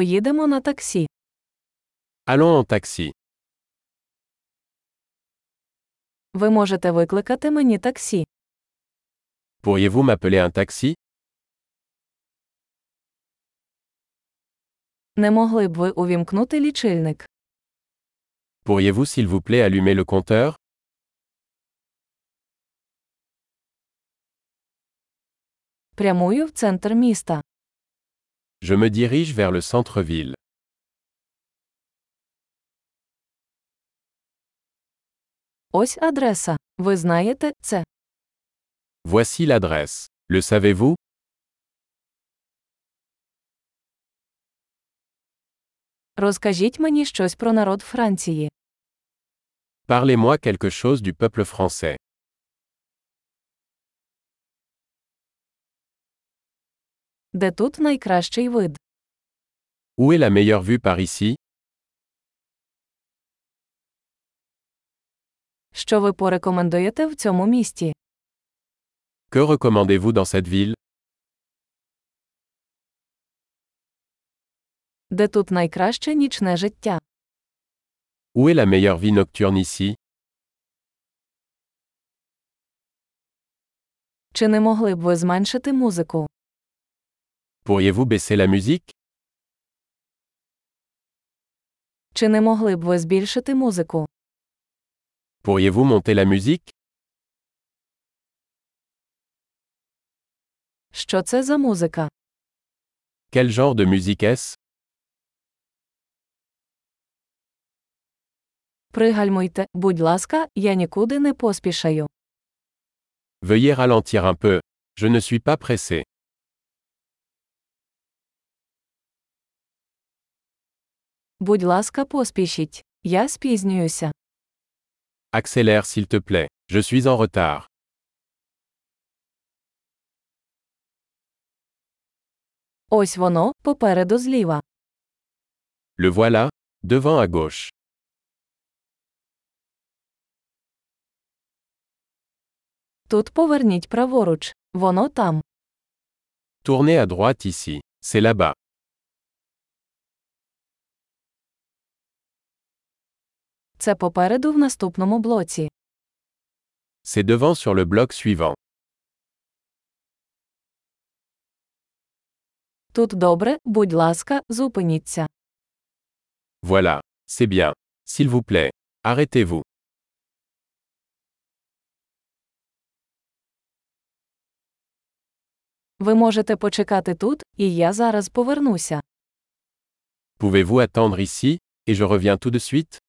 Поїдемо на таксі. Allons en taxi. Ви можете викликати мені таксі. Pourriez-vous m'appeler un taxi Не могли б ви увімкнути лічильник? Pourriez-vous s'il vous plaît allumer le compteur Прямую в центр міста. Je me dirige vers le centre-ville. Ось адреса. Ви знаєте це. Voici l'adresse. Le savez-vous Розкажіть мені щось про народ Франції. Parlez-moi quelque chose du peuple français. Де тут найкращий вид? Où est la meilleure vue par ici Що ви порекомендуєте в цьому місті? Que recommandez-vous dans cette ville Де тут найкраще нічне життя? Où est la meilleure vie nocturne ici Чи не могли б ви зменшити музику? Pourriez-vous baisser la musique Чи не могли б ви збільшити музику? Pourriez-vous monter la musique Що це за музика? Quel genre de musique est-ce Пригальмуйте, будь ласка, я нікуди не поспішаю. Veuillez ralentir un peu. Je ne suis pas pressé. Будь ласка, поспішіть. Я спізнююся. Accélère s'il te plaît. Je suis en retard. Ось воно, попереду зліва. Le voilà, devant à gauche. Тут поверніть праворуч. Воно там. Tournez à droite ici. C'est là-bas. Це попереду в наступному блоці. C'est devant sur le bloc suivant. Тут добре, будь ласка, зупиніться. Voilà. C'est bien. S'il vous plaît. Arrêtez-vous. Ви можете почекати тут, і я зараз повернуся. Pouvez-vous attendre ici, et je reviens tout de suite